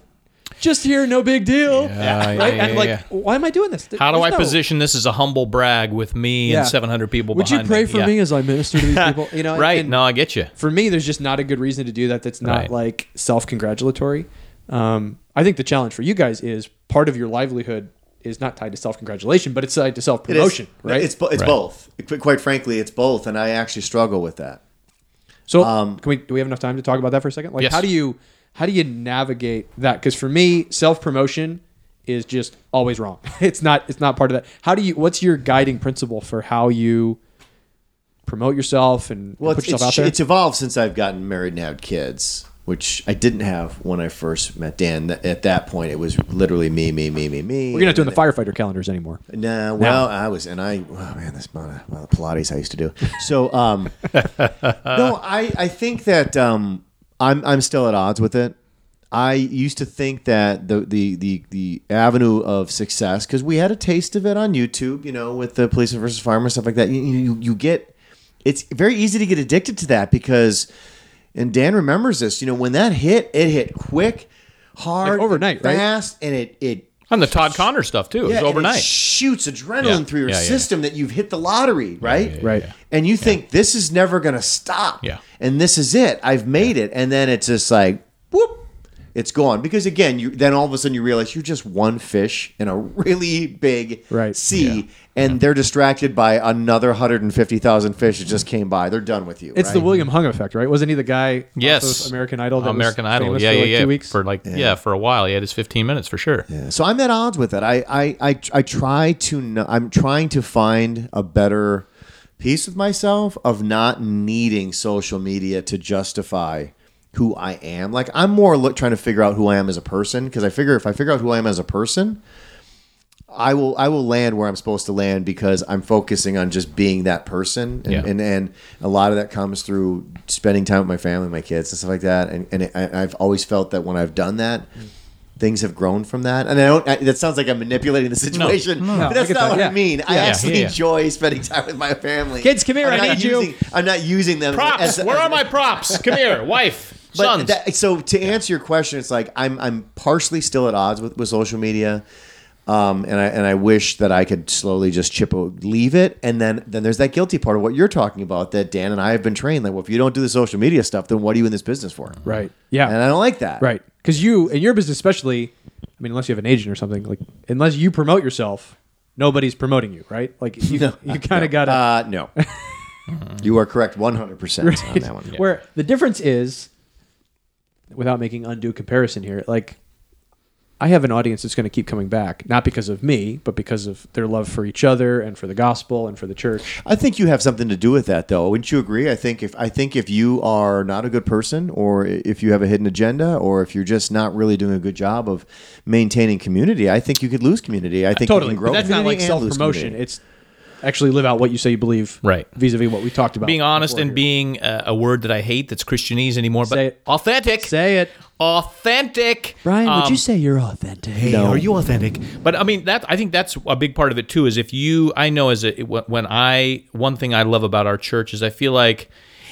just here, no big deal.
Yeah, yeah,
right?
yeah,
and like,
yeah.
why am I doing this? There-
How do
there's
I
no-
position this as a humble brag with me
Yeah.
and 700 people
Would you
behind
pray for
Yeah.
me as I minister to these people? You know,
right.
and-
no, I get you.
for me, there's just not a good reason to do that. That's not
Right.
like self-congratulatory. Um, I think the challenge for you guys is part of your livelihood is not tied to self-congratulation, but it's tied to
It is-
self-promotion, right?
It's bo- it's both. Qu- Quite frankly, it's both, and I actually struggle with that.
So, can we do we have enough time to talk about that for a second? Like,
Um, Yes.
how do you how do you navigate that? Because for me, self promotion is just always wrong. It's not it's not part of that. How do you? What's your guiding principle for how you promote yourself and,
Well,
and
it's,
put yourself
it's,
out there?
it's evolved since I've gotten married and had kids, which I didn't have when I first met Dan. Th- At that point, it was literally me, me, me, me, me.
We're not doing the firefighter calendars anymore.
Nah, well, I was, and I, oh man, this amount of well, the Pilates I used to do. So, um, no, I, I think that um, I'm, I'm still at odds with it. I used to think that the the the, the avenue of success, because we had a taste of it on YouTube, you know, with the police versus farmer stuff like that. You, you you get, it's very easy to get addicted to that because, and Dan remembers this. You know, when that hit, it hit quick, hard,
Like overnight, right?
fast, and it it
And the Todd Connor stuff too. it was
and
overnight.
shoots adrenaline
Yeah.
through your
Yeah, yeah,
system that you've hit the lottery, right?
yeah,
Right. yeah.
And you think this is never going to stop.
Yeah.
And this is it. I've made it. And then it's just like, whoop, it's gone. Because again, you then all of a sudden you realize you're just one fish in a really big
Right.
sea, and they're distracted by another 150,000 fish that just came by. They're done with you.
It's
right?
the William Hung effect, right? Wasn't he the guy? off
yes.
of American Idol. Oh, That was
American Idol.
famous
Yeah,
for
yeah,
like
yeah.
Two weeks.
For like, yeah. for a while. He had his 15 minutes for sure.
Yeah. So I'm at odds with it. I I I, I try to kn- I'm trying to find a better piece of myself of not needing social media to justify who I am. Like I'm more look, trying to figure out who I am as a person because I figure if I figure out who I am as a person, I will I will land where I'm supposed to land because I'm focusing on just being that person and
Yeah.
and, and a lot of that comes through spending time with my family, my kids, and stuff like that. And and I, I've always felt that when I've done that,
Mm.
things have grown from that. And I don't. I, that sounds like I'm manipulating the situation, but that's
I get
not
that,
what
yeah.
I mean. I
Yeah,
actually
yeah, yeah.
enjoy spending time with my family.
Kids, come here,
I'm
I
not
need you.
using, I'm not using them.
Props.
as- as-
Where are my props? Come here, wife, sons.
that- so to answer your question, it's like I'm I'm partially still at odds with, with social media, um, and I and I wish that I could slowly just chip o- leave it, and then then there's that guilty part of what you're talking about that Dan and I have been trained like, well, if you don't do the social media stuff, then what are you in this business for?
right. Yeah.
And I don't like that.
Right. Because you, in your business especially, I I mean, unless you have an agent or something, like unless you promote yourself, nobody's promoting you, right? Like you, you kind of got to.
Uh, no. you are correct 100% on that one.
Where the difference is, without making undue comparison here, like I have an audience that's going to keep coming back, not because of me, but because of their love for each other and for the gospel and for the church.
I think you have something to do with that, though. Wouldn't you agree? I think if I think if you are not a good person, or i- if you have a hidden agenda, or if you're just not really doing a good job of maintaining community, I think you could lose community. I think you
Uh, Totally,
can grow
but that's not like
community and
self
lose
promotion.
community.
It's actually live out what you say you believe,
Right.
Vis-a-vis what we talked about.
being honest
before
and
here.
being uh, a word that I hate that's Christianese anymore, but
Say it.
authentic.
say it.
authentic.
Brian, would
Um,
you say you're authentic?
Hey, are you authentic? But I mean, that I think that's a big part of it too. Is if you, I know, as a, when I, one thing I love about our church is I feel like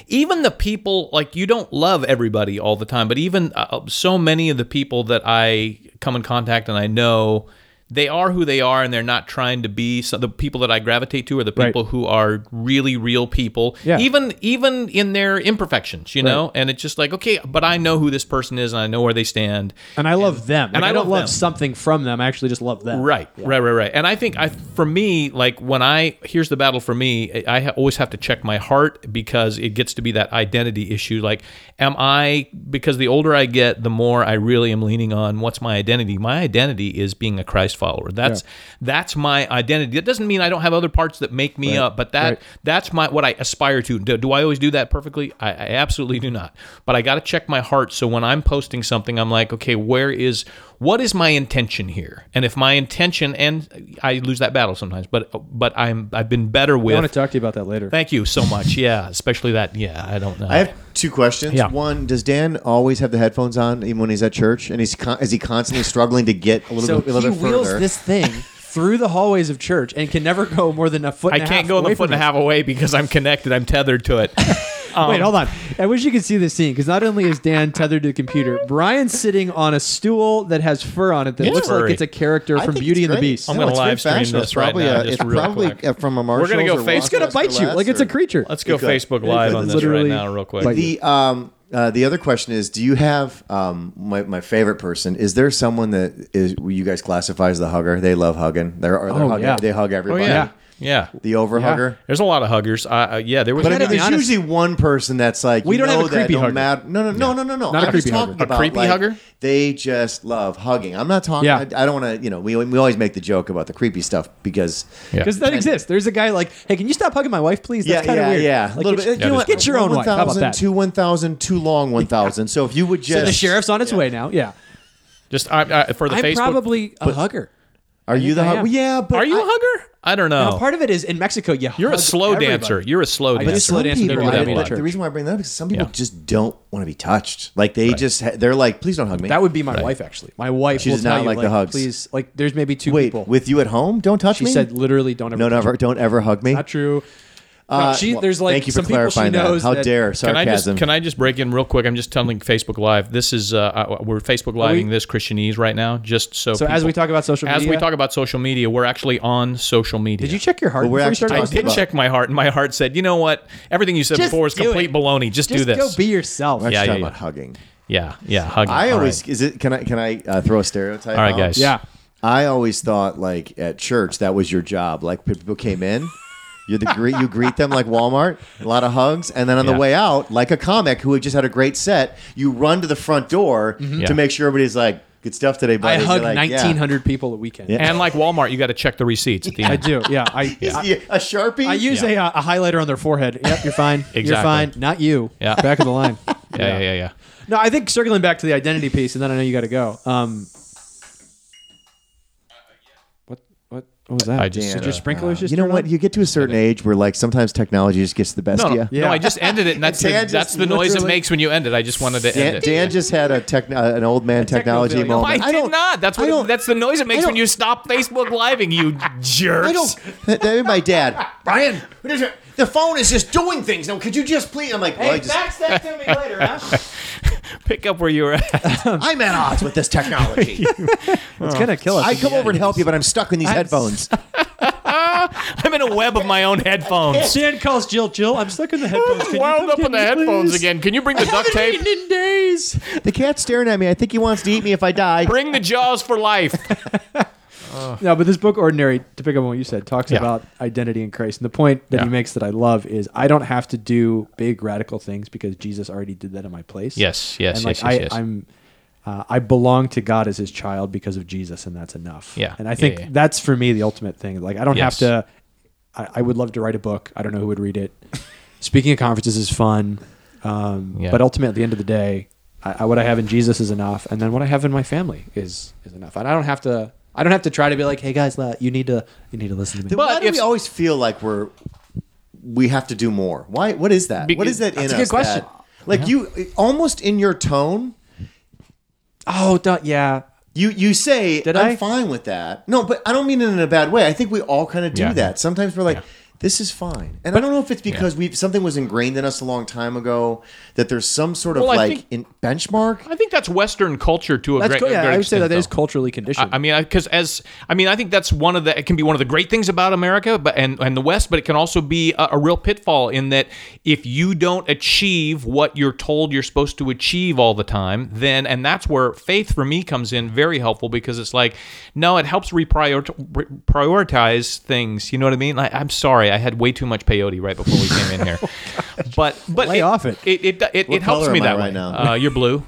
even the people, like you don't love everybody all the time, but even uh, so many of the people that I come in contact and I know, they are who they are, and they're not trying to be. So the people that I gravitate to are the
Right.
people who are really real people,
Yeah.
even even in their imperfections, you know. And it's just like, okay, but I know who this person is, and I know where they stand.
And I love them. Like,
and I
I, don't
love
love
them.
something from them. I actually just love them.
Right, right, right, right. And I think I, for me, like when I here's the battle for me, I ha- always have to check my heart because it gets to be that identity issue. Like, am I? Because the older I get, the more I really am leaning on what's my identity. My identity is being a Christ follower. That's that's my identity. That doesn't mean I don't have other parts that make me up, but that that's my what I aspire to. Do, do I always do that perfectly? I, I absolutely do not. But I got to check my heart. So when I'm posting something, I'm like, okay, where is what is my intention here? And if my intention and I lose that battle sometimes, but but I'm I've been better
I want
with.
to talk to you about that later.
Thank you so much. Yeah, especially that. Yeah, I don't know.
I have two questions.
Yeah.
One, does Dan always have the headphones on even when he's at church, and he's con- is he constantly struggling to get a little
So
bit
he
a little bit
wheels
further?
this thing.
through the hallways of church and can never go more than a foot.
I
And a
can't
half
go the
away
foot
from
and a
it.
half away because I'm connected. I'm tethered to it.
Wait, hold on. I wish you could see this scene because not only is Dan tethered to the computer, Brian's sitting on a stool that has fur on it that
It's
looks
furry.
like it's a character
I
from
think
Beauty
it's
and the
great.
Beast.
I'm gonna
it's
live
good
stream
fashion.
this
It's
right
probably
now,
a-
just
it's
real
probably uh,
quick.
from a
gonna
Marshall's.
go
or
face-
It's gonna
Watson's or
bite you like it's a
Lester.
creature.
Let's go
Okay.
Facebook Live on
It's
this right
literally
now, real quick.
like-
The um uh, the other question is, do you have um my, my favorite person? Is there someone that is you guys classify as the hugger? They love hugging. They're, or they're
Oh,
hugging,
yeah.
they hug everybody.
yeah. Yeah.
The over hugger.
There's a lot of huggers. I, uh, yeah, there was.
But I
gotta
mean,
be
there's
honest.
usually one person that's like
We
you
don't have
know
a
that
creepy
no
hugger.
matter- no, no, no, no, no, no.
Not a
I'm just
creepy
talking
hugger.
A
about,
creepy
like,
hugger?
They just love hugging. I'm not talking.
Yeah.
I, I don't want to. You know, we, we always make the joke about the creepy stuff because
Yeah.
Because that exists. There's a guy like, hey, can you stop hugging my wife, please? That's
yeah,
kind of
yeah,
weird.
yeah.
Like,
A little
get,
bit.
you know what? Get your own wife. How about
1,000,
that?
Two one thousand, two long one thousand. So if you would just
So the sheriff's on its way now. Yeah.
Just I, I, for the
I'm
Facebook.
probably a hugger.
Are you the
Uh, I
hug?
am.
Yeah, but
are you
I-
a hugger? I don't know.
Oh.
Now, part of it is in Mexico, you
You're a slow dancer. You're a slow
do
dancer.
slow
Some
dance and
people-
do that
I-
in
like,
church.
the reason why I bring that up is some people
Yeah.
just don't want to be touched. Like they just ha- they're like, please don't hug me.
That would be my wife, actually. My wife.
She
will
does
tell
not
you,
like the hugs.
Please, like, there's maybe two
wait
people.
with you at home. Don't touch
she
me.
said, literally, don't ever.
no,
touch
never.
me.
Don't ever hug me.
Not true. No,
Uh,
she,
well,
there's like
thank you
some
for clarifying
people she knows
that. How dare
Can I just
sarcasm?
can I just break in real quick? I'm just telling Facebook Live. This is uh, uh, we're Facebook living this Christianese right now. Just so.
So as
people-
we talk about social
as
media,
we talk about social media, we're actually on social media.
did you check your heart?
Well, we're
before you
actually
started
I
talking
talking
did
about-
check my heart, and my heart said, "You know what? Everything you said
Just
before is
do
complete
it.
baloney. Just, do
Just
this.
go be yourself.
We're actually
Yeah,
talking
yeah,
about hugging.
yeah, yeah. Hugging.
I
All
always
right.
is it? Can I can I uh, throw a stereotype?
All right,
out?
guys.
Yeah.
I always thought like at church that was your job. Like people came in, you the greet you greet them like Walmart, a lot of hugs, and then on
Yeah.
the way out, like a comic who had just had a great set, you run to the front door
Mm-hmm. Yeah.
to make sure everybody's like, "Good stuff today, buddy."
I
And you're
hug
like, "Yeah."
1,900 people a weekend.
Yeah.
And like Walmart, you got to check the receipts at the
I
end.
do. Yeah. I, I,
Yeah, a sharpie.
I use
Yeah.
a, uh, a highlighter on their forehead. Yep, you're fine. You're
Exactly.
fine. Not you.
Yeah.
Back of the line.
Yeah, yeah, yeah, yeah.
No, I think circling back to the identity piece, and then I know you got to go. Um, what what what was that?
I just- uh,
Did your sprinklers just?
Uh, You know
turn
what?
on?
You get to a certain age where like sometimes technology just gets the best
No,
of
no,
you.
no, I just ended it, and that's the,
Dan just
that's the noise it
literally-
makes when you end it. I just wanted to end
Dan,
it.
Dan just had a tech, uh, an old man technology
technophilia.
No, I
moment.
did
don't-
not. That's
I
what it-
don't-
that's the noise it makes when you stop Facebook living, you jerks.
I don't. That, that, my dad, Brian, what is it? the phone is just doing things now. Could you just please? I'm like, well, I just,
that to me later, huh?
pick up where you're at.
I'm at odds with this technology.
It's gonna kill us.
I come over and help you, but I'm stuck in these headphones.
I'm in a web of my own headphones.
Dan calls Jill. Jill, I'm stuck in the headphones. Can you
Wound
come
up
get
in the
me,
headphones
please?
again. Can you bring the duct tape?
In days. please.
The cat's staring at me. I think he wants to eat me if I die.
Bring the jaws for life.
No, but this book, Ordinary, to pick up on what you said, talks
Yeah.
about identity in Christ. And the point that
Yeah.
he makes that I love is I don't have to do big radical things because Jesus already did that in my place.
Yes, yes,
and
yes,
like,
yes,
I,
yes.
I'm, uh, I belong to God as His child because of Jesus, and that's enough.
Yeah,
and
yeah,
I think
yeah.
that's for me the ultimate thing. Like I don't
Yes.
have to. I, I would love to write a book. I don't know who would read it. Speaking at conferences is fun, um,
Yeah.
but ultimately at the end of the day, I, I, what I have in Jesus is enough, and then what I have in my family is is enough. And I don't have to. I don't have to try to be like, hey guys, la- you need to you need to listen to me.
Then why
But
do
if-
we always feel like we're we have to do more? Why? What is that? what is that in
That's a
us
good question.
that- like you, almost in your tone,
oh, don't, yeah.
you you say
Did
I'm
I?
fine with that. No, but I don't mean it in a bad way. I think we all kind of do
Yeah.
that. Sometimes we're like. This is fine, and I don't know if it's because we something was ingrained in us a long time ago that there's some sort of
Well, I
like
think-
in, benchmark.
I think that's Western culture to a
That's
great,
cool. Yeah,
a great
I would say
extent,
that is
though.
culturally conditioned.
I, I mean, because as I mean, I think that's one of the it can be one of the great things about America, but and and the West, but it can also be a, a real pitfall in that if you don't achieve what you're told you're supposed to achieve all the time, then and that's where faith for me comes in very helpful because it's like, no, it helps reprioritize prioritize things. You know what I mean? Like, I'm sorry, I had way too much peyote right before we came in here, but but
Oh Lay
it,
off it.
It it, it, it helps
color
me
am I
that
right
way.
now?
Uh, you're blue,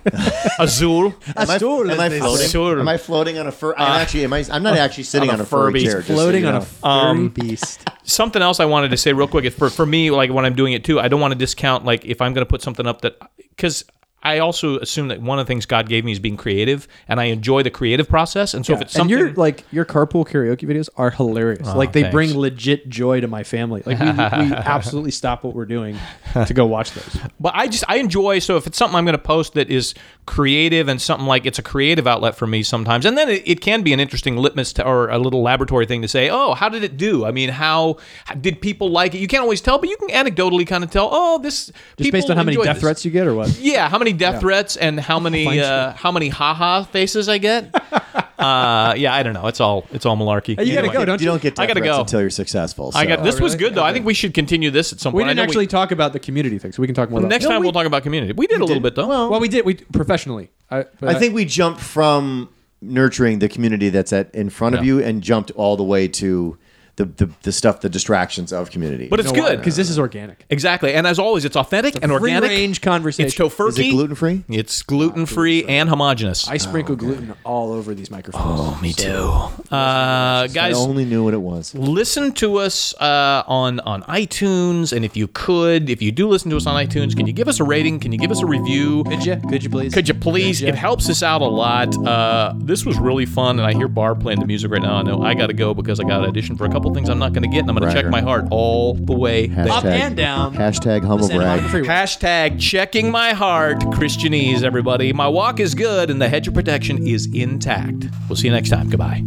azul.
Am I,
stool,
am I
they
floating?
say.
Am I floating on a fur? I'm actually. Am I, I'm not actually sitting
on
on
a
a, furry
Furby.
chair. just so
floating
you
on
know.
a
Um,
furry beast.
something else I wanted to say real quick is for for me like when I'm doing it too, I don't want to discount like if I'm going to put something up that because. I also assume that one of the things God gave me is being creative, and I enjoy the creative process. And so, if it's
and
something, Ah,
your like your carpool karaoke videos are hilarious. like they
thanks.
bring legit joy to my family. Like we, we absolutely stop what we're doing to go watch those.
but I just I enjoy. So if it's something I'm going to post that is creative and something like it's a creative outlet for me sometimes, and then it, it can be an interesting litmus to, or a little laboratory thing to say, oh, how did it do? I mean, how, how- did people like it? You can't always tell, but you can anecdotally kind of tell. Oh, this
Just based on how many death threats you get or what.
Yeah, how many death threats and how many uh, how many haha faces I get? uh, yeah, I don't know. It's all it's all malarkey.
you gotta
Anyway,
go, don't
You
you?
don't get
I
death
gotta
threats
go.
until you're successful.
I
so-
got this was good though. I think we should continue this at some
We
point. I
didn't
know
actually talk about the community thing, so we can talk more.
Well,
about
next
it.
time we'll talk about community. We did a little bit though.
Well, we did. We professionally. I, but
I think we jumped from nurturing the community that's at in front of you and jumped all the way to the, the, the stuff, the distractions of community.
but it's good
because this is organic
exactly. And as always, it's authentic and organic.
free range
It's
conversation.
tofurkey.
is it gluten free?
It's gluten free and homogenous.
I sprinkle gluten all over these microphones.
me too. Uh,
I
guys,
only knew what it was.
listen to us uh, on on iTunes, and if you could, if you do listen to us on iTunes, can you give us a rating? Can you give us a review?
Could you? Could you please?
Could you please? It helps us out a lot. Uh, this was really fun, and I hear Barb playing the music right now. I know I got to go because I got to audition for a couple things I'm not going to get, and I'm going to check
Bragger.
my heart all the way.
Hashtag-
Up.
and down.
Hashtag humble
Send him on the
brag.
freeway.
Hashtag checking my heart, Christianese, everybody. My walk is good, and the hedge of protection is intact. We'll see you next time. Goodbye.